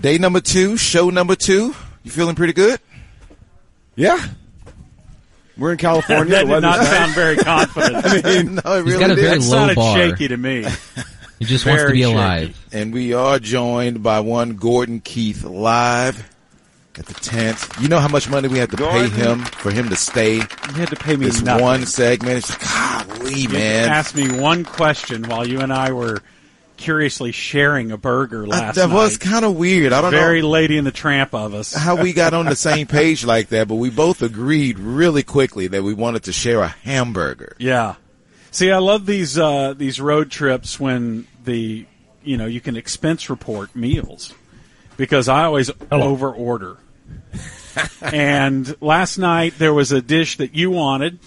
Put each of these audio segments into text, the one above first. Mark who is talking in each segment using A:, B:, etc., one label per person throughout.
A: Day number two, show number two. You feeling pretty good?
B: Yeah. We're in California.
C: that
B: The
C: did not
B: weather's
C: sound very confident.
B: nice. I mean,
A: No, it
D: He's got a very
C: it
D: low
C: sounded
D: bar.
C: shaky to me.
D: He just wants to
C: very
D: be
C: shaky.
D: alive.
A: And we are joined by one Gordon Keith live at the tent. You know how much money we had to
B: Gordon.
A: pay him for him to stay
B: you had to pay me
A: this
B: nothing.
A: one segment. It's golly,
C: You
A: man.
C: asked me one question while you and I were curiously sharing a burger
A: Uh,
C: last
A: that
C: night.
A: was kind of weird. I don't
C: very
A: know
C: Lady in the Tramp of us.
A: how we got on the same page like that, but we both agreed really quickly that we wanted to share a hamburger.
C: Yeah. See, I love these uh, these road trips when the you know you can expense report meals because I always over order. and last night there was a dish that you wanted,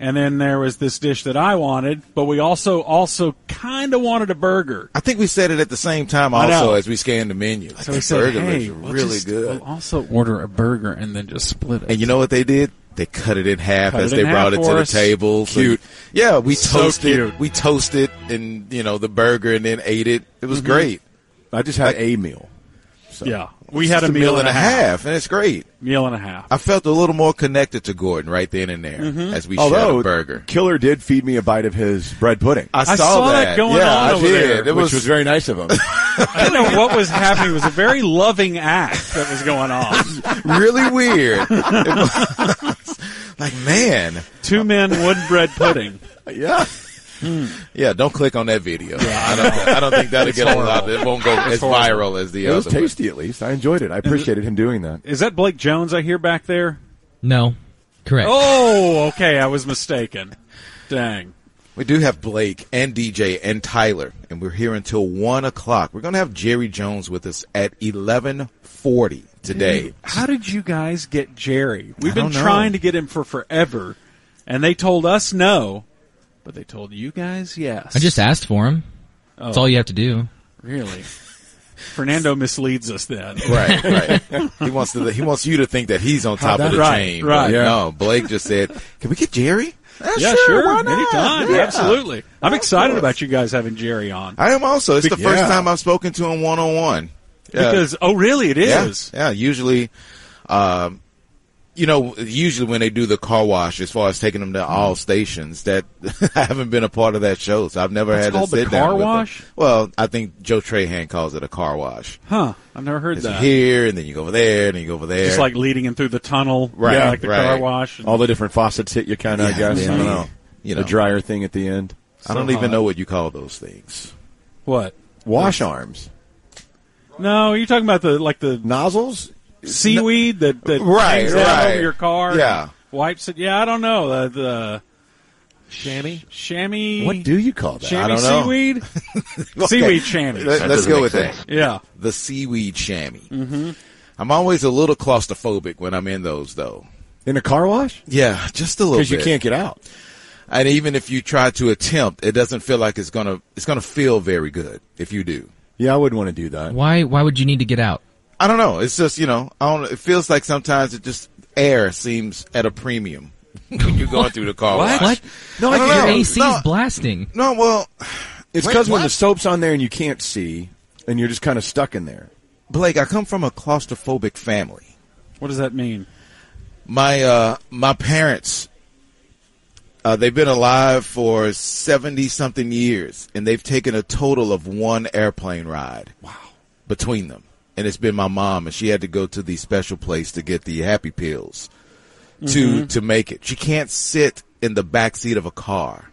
C: and then there was this dish that I wanted, but we also also kind of wanted a burger.
A: I think we said it at the same time
C: I know.
A: also as we scanned the menu. Like,
C: So
A: the
C: we said,
A: burger
C: "Hey,
A: looks
C: we'll
A: really
C: just-
A: good.
C: We'll also order a burger and then just split it.
A: And you know what they did? They cut it in half
C: Cut
A: as
C: it
A: they
C: in
A: brought
C: half
A: it to
C: for
A: the
C: us.
A: table. So, yeah, we
C: So
A: toasted.
C: cute.
A: We toasted and you know the burger and then ate it. It was
C: Mm-hmm.
A: great.
B: I just had a meal.
C: yeah, we
A: It's
C: had
A: just
C: a meal, and a half.
A: and it's great.
C: Meal and a half.
A: I felt a little more connected to Gordon right then and there
C: Mm-hmm.
A: as we shared
B: Although
A: a burger.
B: Killer did feed me a bite of his bread pudding,
C: I saw that going
A: yeah,
C: on
A: I
C: over
A: did.
C: there,
A: It was,
B: which was very nice of him.
C: I don't know what was happening. It was a very loving act that was going on.
A: really weird. It was- like man,
C: Two men, one bread pudding.
B: yeah.
A: yeah. Don't click on that video. I don't. I don't think that'll get a lot. It won't go as viral as the
B: It was
A: other. one.
B: tasty, at least. I enjoyed it. I appreciated him doing that.
C: Is that Blake Jones I hear back there?
D: No, correct.
C: Oh, okay. I was mistaken. Dang.
A: We do have Blake and DJ and Tyler, and we're here until one o'clock. We're gonna have Jerry Jones with us at eleven forty today.
C: How did you guys get Jerry? We've
A: I
C: been
A: don't know.
C: trying to get him for forever, and they told us no, but they told you guys yes.
D: I just asked for him. That's all you have to do.
C: really. Fernando misleads us then.
A: Right, right. he wants to. He wants you to think that he's on top of the
C: Right,
A: chain.
C: right.
A: but
B: Yeah.
A: No, Blake just said, "Can we get Jerry?" Ah,
C: Yeah,
A: why
C: sure.
A: not?
C: Anytime.
A: Yeah. Uh,
C: Absolutely. I'm excited about you guys having Jerry on.
A: I am also. It's the
B: Be-
A: first
B: yeah.
A: time I've spoken to him one on one.
C: Because, oh, really? It
A: Yeah,
C: is.
A: yeah. Usually, um, you know, usually when they do the car wash, as far as taking them
C: Mm-hmm.
A: to all stations, that I haven't been a part of that show, so I've never
C: That's
A: had a
C: called the
A: sit down
C: car
A: with them.
C: wash?
A: Well, I think Joe Trahan calls it a car wash.
C: Huh. I've never heard
A: It's
C: that.
A: here, and then you go over there, and then you go over there.
C: Just like leading him through the tunnel,
A: Right,
C: yeah, like the
A: right.
C: car wash. and-
B: All the different faucets hit you, kind of. I
A: Yeah,
B: guess.
A: yeah.
B: I don't know.
A: You know.
B: the dryer thing at the end.
A: I don't
C: Uh-huh.
A: even know what you call those things.
C: what?
B: Wash arms,
C: No, you're talking about the like the
B: nozzles.
C: seaweed that that
A: Right,
C: hangs down
A: right.
C: over your car.
A: Yeah.
C: and wipes it. Yeah, I don't know the the
E: Shammy?
C: chamois.
B: What do you call that?
C: chamois
A: I don't know.
C: seaweed?
A: Okay.
C: Seaweed chamois.
A: Let, us
E: doesn't
A: go
E: make
A: with
E: sense.
A: that.
C: yeah.
A: The seaweed chamois. Mm-hmm. I'm always a little claustrophobic when I'm in those, though.
B: In a car wash?
A: Yeah, just a little.
B: Because you
A: bit.
B: can't get out.
A: and even if you try to attempt, it doesn't feel like it's gonna it's gonna feel very good if you do.
B: Yeah, I wouldn't want to do that.
D: Why? Why would you need to get out?
A: I don't know. It's just you know, I don't. It feels like sometimes it just air seems at a premium when you're going through the car wash.
D: What? What?
A: No, I,
D: Your
A: don't know.
D: AC's
A: no,
D: blasting.
A: no, well,
B: It's
A: Wait,
B: because when
A: what?
B: the soap's on there and you can't see, and you're just kind of stuck in there.
A: Blake, I come from a claustrophobic family.
C: What does that mean?
A: My uh, my parents, uh, they've been alive for seventy something years, and they've taken a total of one airplane ride. Wow! Between them, and it's been my mom, and she had to go to the special place to get the happy pills to to make it. She can't sit in the back seat of a car,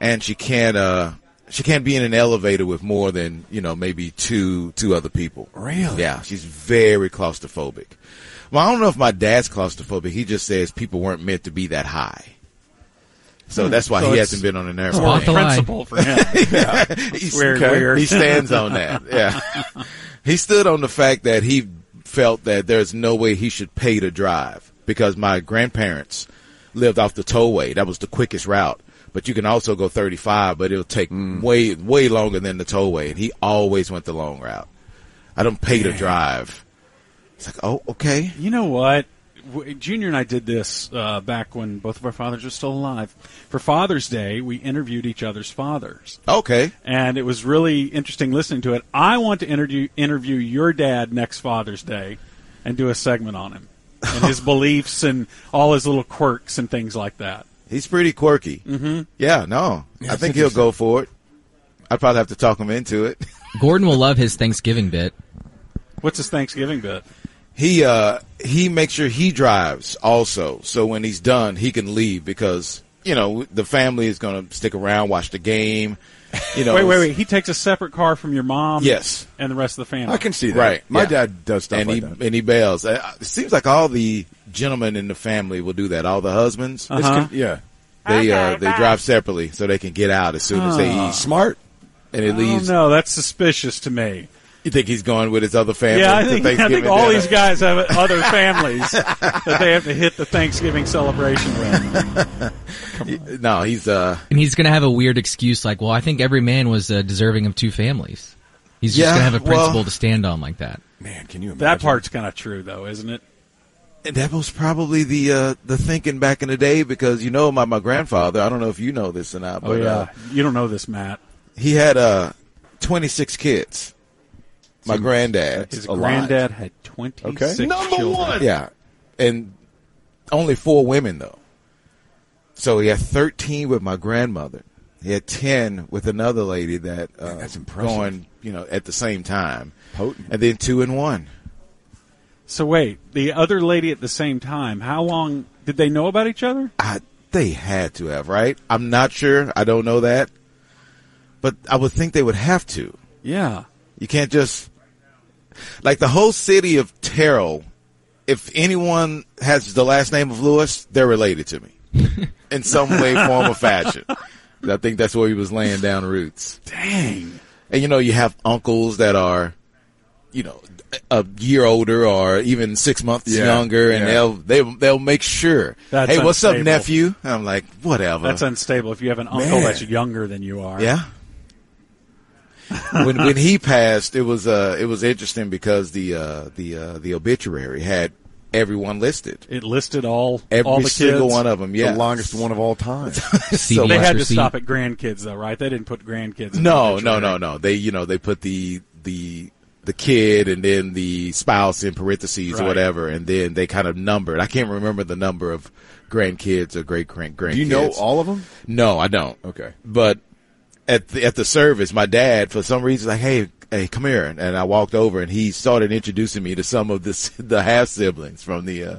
A: and she can't uh she can't be in an elevator with more than you know maybe two two other people.
B: Really?
A: Yeah, she's very claustrophobic. Well, I don't know if my dad's claustrophobic. He just says people weren't meant to be that high. So that's why
C: So
A: he
C: it's-
A: hasn't been on an
D: Spot
A: airplane.
D: the line.
C: Principle for him.
A: He's-
C: Weird, weird.
A: He stands on that. Yeah. he stood on the fact that he felt that there's no way he should pay to drive because my grandparents lived off the tollway. That was the quickest route. But you can also go 35, but it'll take
C: Hmm.
A: way, way longer than the tollway. And he always went the long route. I don't pay to drive. It's like, oh, okay.
C: You know what? w- Junior and I did this uh, back when both of our fathers were still alive. For Father's Day, we interviewed each other's fathers,
A: Okay.
C: and it was really interesting listening to it. I want to interview interview your dad next Father's Day, and do a segment on him and his beliefs and all his little quirks and things like that.
A: He's pretty quirky. Mm-hmm. Yeah, no. I think he'll go for it. I'd probably have to talk him into it.
D: Gordon will love his Thanksgiving bit.
C: What's his Thanksgiving bit?
A: He uh he makes sure he drives also, so when he's done, he can leave because you know the family is going to stick around, watch the game. You know,
C: Wait, wait, wait. He takes a separate car from your mom.
A: Yes.
C: and the rest of the family.
B: I can see that.
A: Right,
B: My
A: yeah.
B: dad does stuff
A: and
B: like
A: he
B: that.
A: and he bails. Uh, It seems like all the gentlemen in the family will do that. All the husbands,
B: It's
C: Uh-huh.
B: con- yeah.
A: they uh,
E: Okay,
A: they
E: bye.
A: drive separately so they can get out as soon as they eat,
B: Smart.
A: and it leaves.
C: Oh. no, that's suspicious to me.
A: You think he's going with his other family?
C: yeah, I
A: to
C: think, I
A: Thanksgiving
C: think all
A: dinner?
C: these guys have other families that they have to hit the Thanksgiving celebration with.
A: No, he's uh.
D: And he's going to have a weird excuse like, well, I think every man was uh, deserving of two families. He's just
A: Yeah,
D: going to have a principle
A: well-
D: to stand on like that.
B: Man, can you imagine?
C: That part's kind of true, though, isn't it?
A: And that was probably the uh, the thinking back in the day because you know my, my grandfather. I don't know if you know this or not,
B: Oh,
A: but uh,
C: you don't know this, Matt.
A: he had uh, 26 kids. My granddad,
C: His
A: a lot.
C: granddad had twenty-six
B: Okay.
C: Number One.
A: yeah, and only four women though. So he had 13 with my grandmother. He had 10 with another lady that uh,
B: that's impressive.
A: going, you know, at the same time,
B: Potent.
A: and then two and one.
C: So wait, the other lady at the same time. How long did they know about each other?
A: I, they had to have, right? I'm not sure. I don't know that. But I would think they would have to.
C: Yeah,
A: You can't just like the whole city of Terrell. If anyone has the last name of Lewis, they're related to me in some way, form, or fashion. I think that's where he was laying down roots.
C: dang.
A: And you know, you have uncles that are, you know, a year older or even six months
B: Yeah,
A: younger, and
B: yeah.
A: they'll they, they'll make sure.
C: That's
A: hey, what's up,
C: unstable.
A: nephew? And I'm like, whatever.
C: That's unstable if you have an uncle
B: Man.
C: that's younger than you are.
A: Yeah. when when he passed, it was uh it was interesting because the uh the uh the obituary had everyone listed.
C: It listed all
A: Every
C: all the
A: single
C: kids.
A: one of them. Yeah.
B: The longest one of all time.
A: So-
C: They
D: CBS
C: had to
D: receipt.
C: stop at grandkids, though, right? They didn't put grandkids. in
A: no,
C: the
A: no,
C: obituary.
A: no, no. They you know, they put the the the kid and then the spouse in parentheses or
C: Right.
A: whatever and then they kind of numbered. I can't remember the number of grandkids or great grand grandkids.
B: Do you know all of them?
A: No, I don't.
B: Okay.
A: But at the, at the service, my dad, for some reason, like, hey, hey, come here, and I walked over, and he started introducing me to some of this the half siblings from the uh,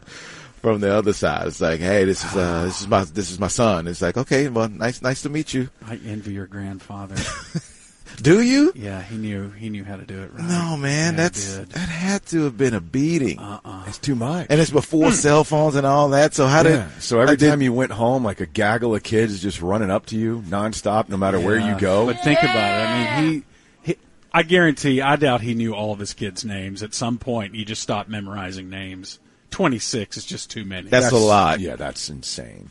A: from the other side. It's like, hey, this is uh, this is my this is my son. It's like, okay, well, nice nice to meet you.
C: I envy your grandfather.
A: Do you?
C: yeah, he knew he knew how to do it Uh, right.
A: No, man,
C: Yeah, he
A: that's
C: did.
A: that had to have been a beating,
B: That's Uh, too much.
A: and it's
C: mm.
A: before cell phones and all that. So how
B: Yeah.
A: did
B: So every
A: like, did-
B: time you went home, like a gaggle of kids just running up to you nonstop, no matter where you
C: Yeah,
B: go.
C: But think about it. I mean, he, he I guarantee. I doubt he knew all of his kids' names. At some point, you just stop memorizing names. Twenty six is just too many.
A: That's- a lot.
B: Yeah, that's insane.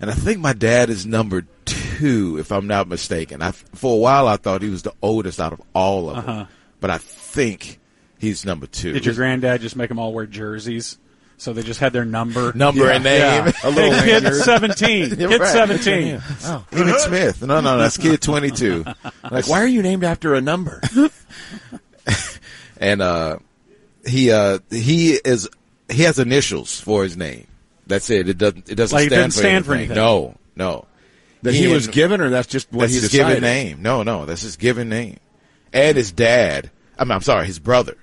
A: And I think my dad is number two, if I'm not mistaken. I, for a while, I thought he was the oldest out of all of them, but I think he's number two.
C: Uh-huh. Did your granddad just make them all wear jerseys? So they just had their number.
A: number and name?
C: Yeah. Hey, kid seventeen.
A: You're
C: Kid
A: right.
C: seventeen.
A: Emmett Smith. No, no, that's kid 22.
B: Like, why are you named after a number?
A: and uh, he uh, he is he has initials for his name. That's it. It doesn't it doesn't
C: Like, it
A: stand,
C: doesn't
A: for,
C: stand for
A: anything.
C: anything.
A: No, no.
B: That he
A: and-
B: was given, or that's just what
A: That's
B: he
A: his
B: decided?
A: given name. No, no, that's his given name. And his dad. I mean, I'm sorry, his brother,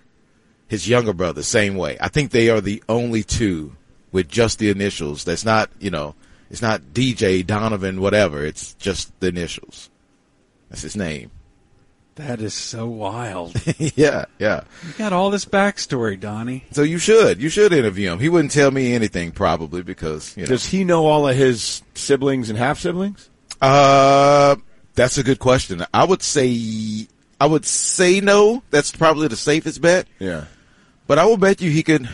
A: his younger brother, same way. I think they are the only two with just the initials. That's not, you know, it's not DJ Donovan, whatever. It's just the initials. That's his name.
C: That is so wild.
A: yeah, yeah.
C: You got all this backstory, Donnie.
A: So you should, you should interview him. He wouldn't tell me anything probably because you know.
B: Does he know all of his siblings and half siblings?
A: Uh, that's a good question. I would say, I would say no. That's probably the safest bet.
B: Yeah.
A: But I will bet you he could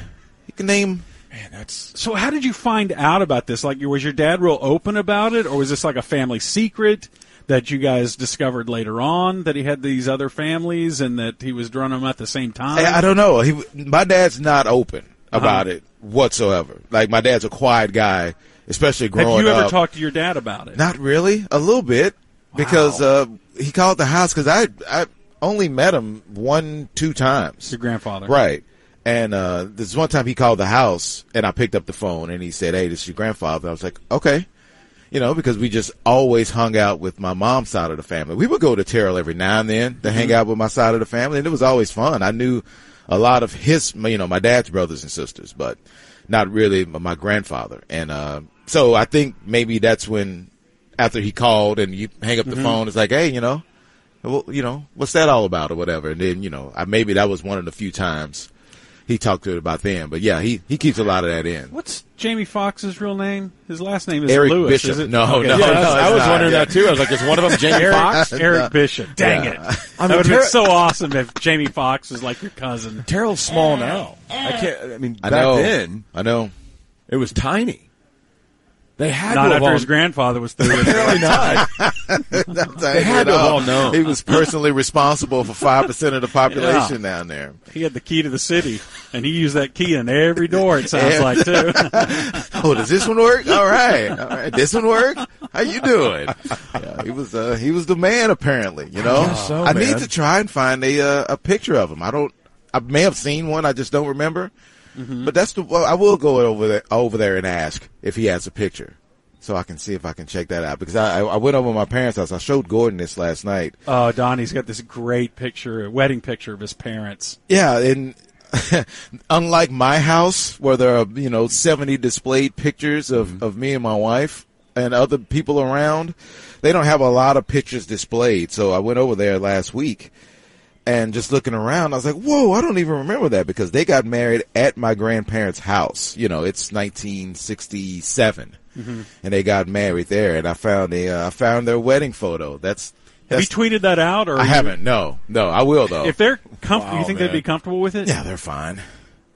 A: he could name
B: Man, that's
C: So how did you find out about this? Like, was your dad real open about it, or was this like a family secret that you guys discovered later on that he had these other families and that he was drawing them at the same time?
A: I, I don't know. He my dad's not open about
C: Uh-huh.
A: it whatsoever. Like my dad's a quiet guy, especially growing up.
C: Have you ever talked to your dad about it?
A: Not really. A little bit because uh, he called the house because I I only met him one two times.
C: Your grandfather.
A: Right. And uh, this one time he called the house and I picked up the phone and he said, "Hey, this is your grandfather." I was like, "Okay." You know, because we just always hung out with my mom's side of the family. We would go to Terrell every now and then to hang out with my side of the family, and it was always fun. I knew a lot of his, you know, my dad's brothers and sisters, but not really m- my grandfather. And uh, so I think maybe that's when, after he called and you hang up the phone, it's like, hey, you know, well, you know, what's that all about or whatever. And then, you know, I, maybe that was one of the few times he talked to it about then. But yeah, he, he keeps a lot of that in.
C: What's Jamie Foxx's real name? His last name is
A: Eric
C: Lewis.
A: Bishop.
C: Is it?
A: No,
C: Okay.
A: no,
C: Yeah,
A: no,
C: that's-
A: it's
E: I was
A: not,
E: wondering
A: yeah.
E: that too. I was like, is one of them Jamie Fox?
C: Eric Bishop. Dang it! That would have been so awesome if Jamie Foxx was like your cousin.
B: Terrell's
C: Eh,
B: small now. I can't. I mean,
A: I
B: back
A: know.
B: then
A: I know.
B: it was tiny. They had to
C: Not
B: have
C: after
B: all-
C: his grandfather was through with it.
B: Apparently not.
A: They
B: had to have all known.
A: He was personally responsible for 5% of the population down there.
C: He had the key to the city, and he used that key in every door. It sounds like too.
A: Oh, does this one work? All right. All right. This one work? How you doing? Yeah, he was uh, he was the man apparently, you know. I,
B: guess so,
A: need
B: man.
A: to try and find a uh, a picture of him. I don't I may have seen one, I just don't remember.
B: Mm-hmm.
A: But that's the well, I will go over there over there and ask if he has a picture. So I can see if I can check that out because I I I went over to my parents' house. I showed Gordon this last night.
C: Oh, Donnie's got this great picture, a wedding picture of his parents.
A: Yeah, and unlike my house where there are you know seventy displayed pictures of
C: Mm-hmm.
A: of me and my wife and other people around, they don't have a lot of pictures displayed. So I went over there last week. And just looking around, I was like, "Whoa! I don't even remember that because they got married at my grandparents' house. You know, it's 1967,
C: Mm-hmm.
A: and they got married there. And I found a, uh, I found their wedding photo. That's,
C: Have you
A: that's
C: tweeted that out, or
A: I haven't. No, no, I will though.
C: If they're comfortable,
B: Oh, Wow,
C: you think
B: man.
C: they'd be comfortable with it?
A: yeah, they're fine.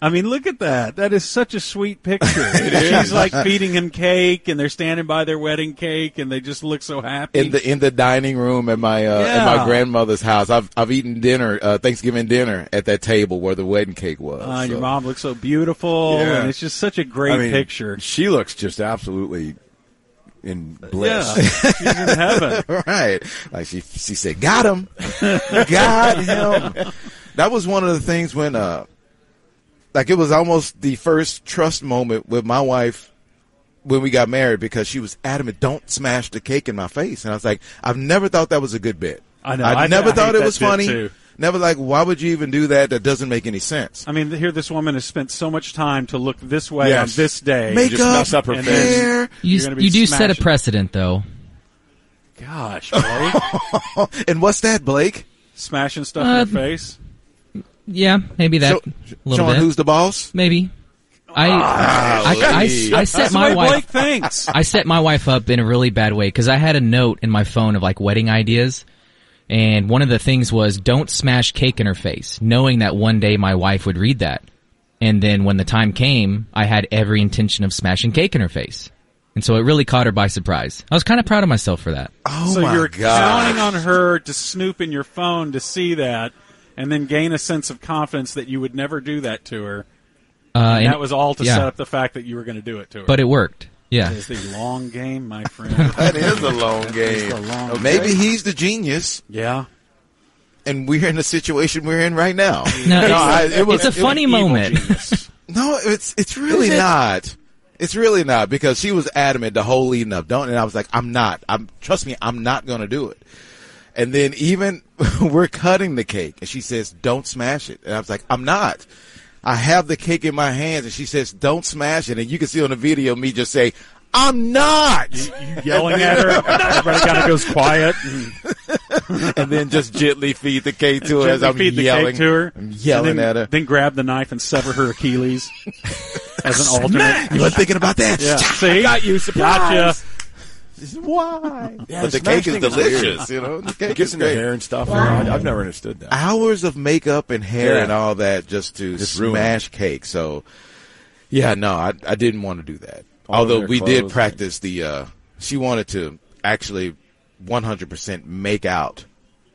C: I mean, look at that. That is such a sweet picture. She's like feeding him cake, and they're standing by their wedding cake, and they just look so happy.
A: in the in the dining room at my uh, at
C: Yeah.
A: my grandmother's house. I've I've eaten dinner uh, Thanksgiving dinner at that table where the wedding cake was.
C: Uh, and
A: so.
C: Your mom looks so beautiful,
B: Yeah.
C: and it's just such a great
B: I mean,
C: picture.
B: She looks just absolutely in bliss.
C: Yeah, she's in heaven.
A: right? Like she she said, "Got him, got him." That was one of the things when uh, like it was almost the first trust moment with my wife when we got married because she was adamant, "Don't smash the cake in my face," and I was like, "I've never thought that was a good bit.
C: I know.
A: I,
C: I-
A: never
C: I
A: thought
C: hate
A: it
C: that
A: was
C: bit,
A: funny."
C: too.
A: Never like, why would you even do that? That doesn't make any sense.
C: I mean, here this woman has spent so much time to look this way
B: Yes.
C: on this day.
A: makeup,
B: just mess up her
A: and
B: face.
A: hair.
D: You,
C: You're gonna be
D: you do set a
C: smashing.
D: precedent, though.
C: Gosh, Blake,
A: And what's that, Blake?
C: smashing stuff
D: Uh,
C: in her face.
D: Yeah, maybe that
A: Show-
D: a little
A: showing
D: bit.
A: who's the boss?
D: Maybe. I, I, I, I set
C: That's
D: my
C: the way
D: wife.
C: Blake thinks.
D: I set my wife up in a really bad way because I had a note in my phone of like wedding ideas. And one of the things was don't smash cake in her face, knowing that one day my wife would read that. And then when the time came, I had every intention of smashing cake in her face. And so it really caught her by surprise. I was kind of proud of myself for that.
A: Oh
C: so
A: my
C: you're
A: god!
C: counting on her to snoop in your phone to see that, and then gain a sense of confidence that you would never do that to her.
D: Uh,
C: And, that was all to
D: yeah.
C: set up the fact that you were going to do it to her.
D: But it worked. Yeah.
C: it's the long game, my friend.
A: That is a long game.
C: a long game.
A: Maybe he's the genius,
C: yeah.
A: and we're in the situation we're in right now.
D: No, it's,
A: I- it was-
D: it's a
A: it was
D: funny
A: evil
D: moment.
A: No, it's it's really not. It's really not because she was adamant the whole leading up. Don't and I was like, I'm not. I'm trust me, I'm not gonna do it. And then even we're cutting the cake, and she says, "Don't smash it." And I was like, "I'm not." I have the cake in my hands, and she says, "Don't smash it." And you can see on the video me just say, "I'm not,"
C: Yelling at her. Everybody kind of goes quiet. and
A: and then just gently feed the cake to her as
C: gently
A: I'm
C: feed the
A: yelling
C: cake to her.
A: I'm yelling
C: And then,
A: at her.
C: Then grab the knife and sever her Achilles as an alternate.
A: You weren't thinking about that?
C: Yeah. See? Got you. Gotcha.
A: Why?
B: Yeah,
A: but the
B: smash
A: cake is
B: thing is weird.
A: delicious, you know. The cake
B: Gets
A: is
B: in their
A: great.
B: hair and stuff. I, I've never understood that.
A: hours of makeup and hair
B: Yeah.
A: and all that just to
B: Just ruin
A: smash cake. So, yeah, no, I, I didn't want to do that. Although
B: their
A: we did
B: clothes.
A: practice the, uh, she wanted to actually 100% make out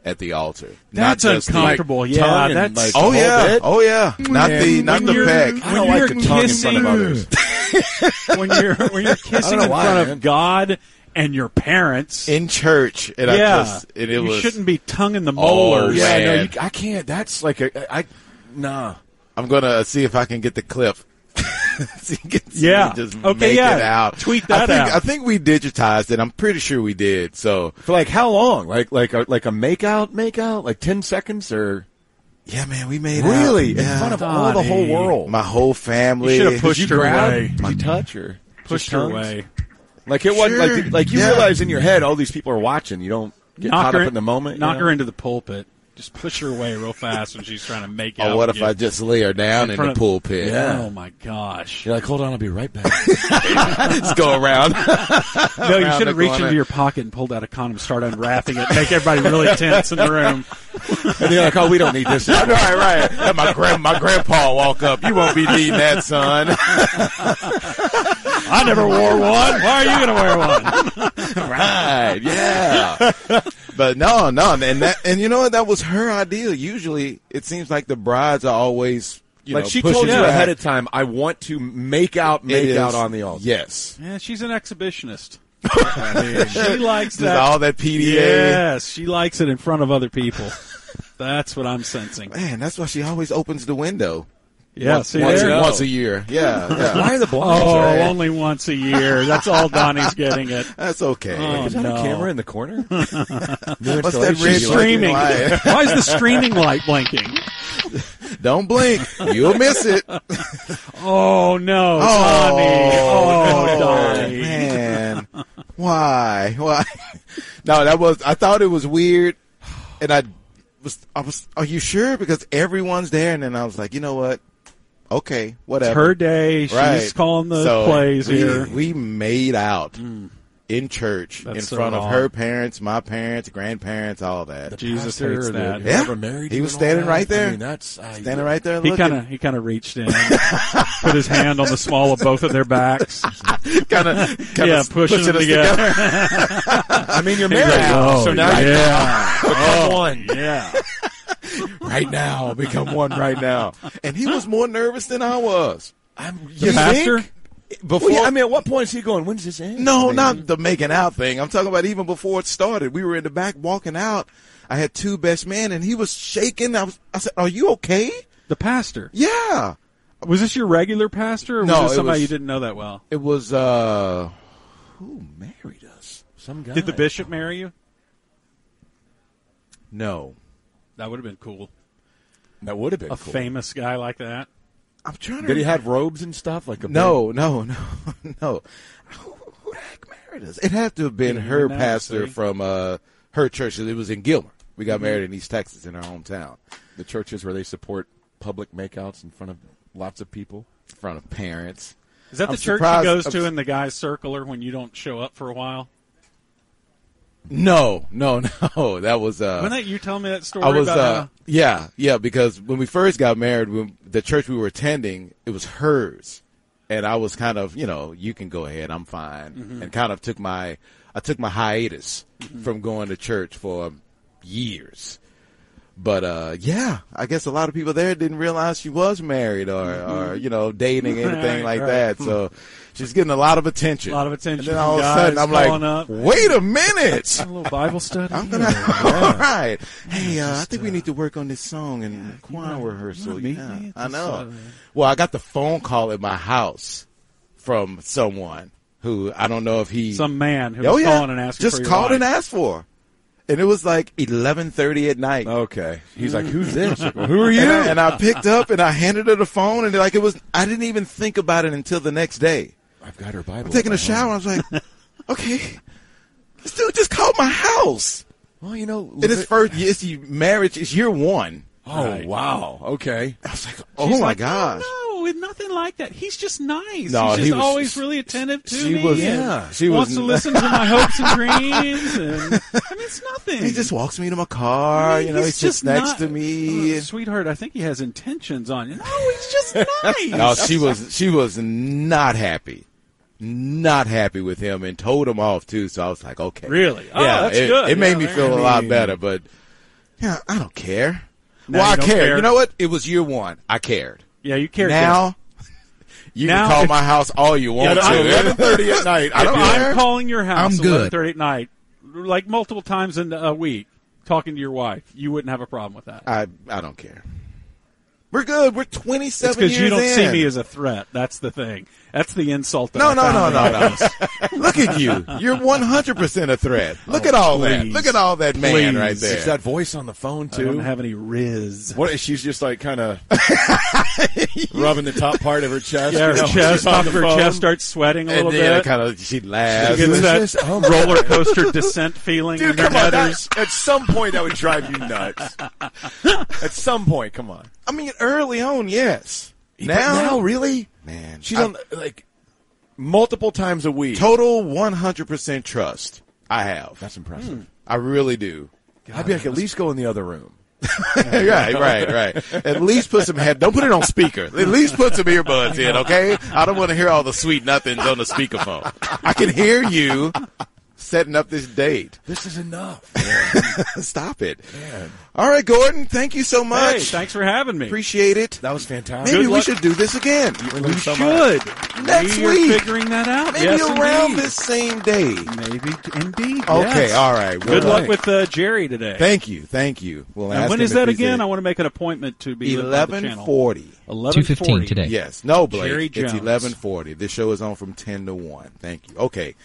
A: at the altar.
C: That's
A: not just the-
C: uncomfortable.
B: like, tongue
C: yeah,
B: and,
C: that's
B: like,
A: oh
B: a
A: yeah,
B: little bit.
A: oh yeah. Not the not
C: when
A: the
C: you're-
A: peck.
B: I don't
C: when
B: like
C: you're
B: the tongue in
C: kissing-
B: front of others.
C: when you're when you're kissing
B: know
C: in
B: why,
C: front
B: man.
C: of God and your parents.
A: in church, and I
C: yeah,
A: just and it
C: you
A: was.
C: shouldn't be tongue in the
A: Oh,
C: molars.
B: Yeah, no,
A: Man.
B: you, I can't. That's like a I, I nah.
A: I'm gonna see if I can get the clip. so you can see
C: Yeah.
A: me Just
C: Okay,
A: make
C: yeah.
A: It out.
C: Tweet
A: I
C: that
A: think,
C: out.
A: I think we digitized it. I'm pretty sure we did. So
B: For like how long? Like like a, like a make out, make out, like ten seconds or
A: yeah, man, we made
B: really
A: out.
B: in
A: Yeah.
B: front of all the whole
C: Donnie.
B: world.
A: my whole family.
C: You should have pushed
B: Did you
C: her
B: grab?
C: away.
B: Did you touch or
C: Pushed
B: just
C: her
B: tongues?
C: away.
B: Like it wasn't
A: Sure.
B: like the- like you
A: Yeah.
B: realize in your head all these people are watching. You don't get
C: Knock
B: caught
C: her
B: up in the moment. you
C: Knock
B: know?
C: her into the pulpit. Just push her away real fast when she's trying to
B: Oh,
C: make out.
A: Or Oh, what
C: with
A: if
C: you.
A: I just lay her down in,
C: front
A: the
C: of-
A: pulpit?
C: Oh my gosh!
B: You're like, hold on, I'll be right back.
A: Let's go around.
C: No, you
A: Around
C: should
A: the
C: have reached
A: corner.
C: into your pocket and pulled out a condom, start unwrapping it, make everybody really tense in the room.
B: and they're like, oh, we don't need this.
A: All right, right. Let my grand, my grandpa walk up. You won't be needing that, son.
C: I never wore one. Why are you going to wear one?
A: right. Yeah. but no, no, and that, and you know what? That was her idea. Usually, it seems like the brides are always you
B: like
A: know,
B: she
A: pushing
B: told you
A: back.
B: ahead of time, I want to make out,
A: It
B: make
A: is-
B: out on the altar.
A: Yes.
C: Yeah, she's an exhibitionist. she likes
A: Just
C: that.
A: all that PDA.
C: Yes, she likes it in front of other people. That's what I'm sensing.
A: Man, that's why she always opens the window
C: Yeah, see
A: once,
C: there?
A: once a year. Yeah, yeah.
B: Why are the blinds?
C: Oh,
B: open?
C: only once a year. That's all Donnie's getting it.
A: That's okay.
C: Oh,
B: Is that
C: no.
B: a camera in the corner?
A: What's that red
B: She's
C: Streaming.
A: light?
C: Why is the streaming light blinking?
A: Don't blink. You'll miss it. Oh,
C: Oh no, Donnie! Oh, Donnie!
A: man. Why? Why? No, that was, I thought it was weird. And I was, I was, are you sure? Because everyone's there. And then I was like, you know what? Okay, whatever.
C: It's her day. She's
A: Right.
C: calling the
A: So,
C: plays
A: we,
C: here. Mm.
A: We made out in church
C: That's
A: in
C: so
A: front
C: wrong.
A: of her parents, my parents, grandparents, all that.
C: Jesus
B: pastor
C: hates
B: or the-
C: that.
A: Yeah.
B: whoever married
A: He
B: you
A: was
B: and all
A: standing
B: that.
A: right there.
B: I mean, that's I-
A: Standing right there
C: He
A: looking.
C: kind of he kind of reached in, put his hand on the small of both of their backs.
A: kind of, kind
C: yeah, pushing them together.
B: I mean, you're
C: He's
B: married.
C: like, oh,
B: so now you
C: yeah,
B: become one.
C: yeah.
A: right now, become one right now. And he was more nervous than I was.
B: I'm,
C: The pastor.
A: Before,
B: Well, yeah, I mean, at what point is he going? When's this end? I
A: no,
B: mean,
A: not the making out thing. I'm talking about even before it started. We were in the back walking out. I had two best men, and he was shaking. I was, I said, "Are you okay?"
C: The pastor.
A: Yeah.
C: Was this your regular pastor, or was
A: No,
C: this
A: it
C: somebody
A: was-
C: you didn't know that well?
A: It was uh, who married us?
B: some guy.
C: Did the bishop marry you?
A: No,
C: That would have been cool.
B: That would have been
C: A
B: cool.
C: famous guy like that.
A: I'm trying to.
B: Did he have robes and stuff like a
A: no, no, no, no. Who, who the heck married us? It had to have been
C: Didn't
A: her
C: even know,
A: pastor
C: see?
A: from uh her church. It was in Gilmer. We got married in East Texas in our hometown.
B: the churches where they support public makeouts in front of lots of people?
A: in front of parents.
C: Is that
A: I'm
C: the church he
A: surprised-
C: goes
A: I'm
C: to
A: s-
C: in the guy's circular when you don't show up for a while?
A: No, no, no. That was uh
C: Wasn't that you telling me that story?
A: I was
C: about
A: uh
C: how-
A: yeah, yeah, because when we first got married, when the church we were attending, it was hers. And I was kind of, you know, you can go ahead, I'm fine.
C: Mm-hmm.
A: And kind of took my I took my hiatus from going to church for years. But uh yeah, I guess a lot of people there didn't realize she was married or or you know, dating anything
C: Mm-hmm. Right,
A: like
C: right.
A: that. So she's getting a lot of attention.
C: A lot of attention
A: And then all of a
C: from guys
A: sudden I'm
C: calling
A: like,
C: up.
A: "Wait a minute."
C: a little Bible study.
A: I'm gonna. All right. Hey, uh, I think we need to work on this song and choir rehearsal.
C: meet
A: Yeah,
C: me at
A: I
C: this,
A: know.
C: uh,
A: well, I got the phone call at my house from someone who I don't know if he
C: some man who
A: oh
C: was
A: yeah,
C: calling and asking
A: just
C: for your
A: called and
C: wife.
A: asked for, her. and it was like eleven thirty at night.
B: Okay. He's like, who's this? Like, well, who are you?
A: And I, and I picked up and I handed her the phone and like it was I didn't even think about it until the next day.
B: I've got her Bible.
A: I'm taking a
B: at my home.
A: shower. I was like, okay, this dude just called my house.
B: Well, you know,
A: And it's first, it's your marriage, it's year one.
B: Oh
C: Right.
B: wow. Okay.
A: I was like, oh
C: She's
A: my
C: like,
A: gosh.
C: Oh, no, nothing like that. He's just nice.
A: No,
C: He's just
A: he was-
C: always really attentive to
A: she
C: me.
A: was-
C: and
A: yeah, she
C: wants
A: was-
C: to listen to my hopes and dreams. And, I mean, it's nothing.
A: He just walks me to my car. Uh, you know, he's, just, next
C: not-
A: to me.
C: Oh, sweetheart. I think he has intentions on you. No, he's just nice.
A: no, she was she was not happy, not happy with him, and told him off too. So I was like, okay,
C: Really? Oh,
A: yeah,
C: that's
A: it,
C: good.
A: It made
C: Yeah,
A: me
C: there-
A: feel
C: I
A: a lot
B: mean-
A: better, but Yeah, I don't care.
C: No,
A: well,
C: you
A: I
C: don't
A: cared.
C: care.
A: You know what? It was year one. I cared.
C: Yeah, you care.
A: now, you
C: Now-
A: can call my house all you want
B: I-
A: to.
B: 11:30 at night. I
A: I don't
B: do.
A: care.
C: I'm calling your house
F: I'm good.
C: at 11:30 at night, like multiple times in a week, talking to your wife. You wouldn't have a problem with that.
A: I, I don't care. We're good. We're 27
C: It's because you
A: years
C: don't see
A: in.
C: me as a threat. That's the thing. That's the insult. That
A: No,
C: I
A: no,
C: found
A: no,
C: in
A: no,
C: my
A: no.
C: piece.
A: Look at you. You're 100% a threat. Look
B: Oh,
A: at all that.
C: please.
A: Look at all that man
C: Please.
A: right there.
B: It's that voice on the phone
C: I don't
B: too.
C: have any riz.
B: What? She's just like kind of rubbing the top part of her chest.
C: Yeah, her
B: you know,
C: chest,
B: she's on
C: top
B: the
C: of her
B: phone.
C: chest starts sweating a
A: and
C: little
A: then
C: bit.
A: kind of, she laughs.
C: She gets
B: Who is
C: that
B: this? Oh, my-
C: roller coaster descent feeling
B: Dude,
C: in her
B: come on.
C: tethers.
B: That, at some point, that would drive you nuts. at some point, come on.
A: I mean, early on, yes.
B: But now,
A: Now,
B: really?
A: man,
B: She's
A: I-
B: on like multiple times a week.
A: total 100% trust. I have.
B: That's impressive.
A: I really do.
B: I'd be like, at least go in the other room.
A: right, right, right. At least put some head. Don't put it on speaker. At least put some earbuds in, okay? I don't want to hear all the sweet nothings on the speakerphone. I can hear you setting up this date.
B: This is enough.
A: Stop it. All right, Gordon. Thank you so much.
C: Hey, thanks for having me.
A: Appreciate it.
B: that was fantastic.
A: Maybe
C: Good
A: we
C: luck.
A: should do this again.
B: We
C: Good.
A: Next
C: we
A: week.
C: are figuring that out.
A: Maybe
C: yes,
A: around
C: indeed.
A: this same day.
C: Maybe indeed.
A: Okay,
C: yes.
A: all right.
C: Good
A: Well,
C: luck with uh, Jerry today.
A: Thank you. Thank you. We'll
C: and
A: ask
C: when
A: him
C: is
A: if
C: that
A: he's
C: again?
A: in.
C: I want to make an appointment to be lit by the channel.
A: 1140.
D: 2:15
C: 11:40.
D: today.
A: Yes. No, Blake.
C: Jerry
A: it's
C: Jones.
A: 1140. This show is on from 10 to 1. Thank you. Okay.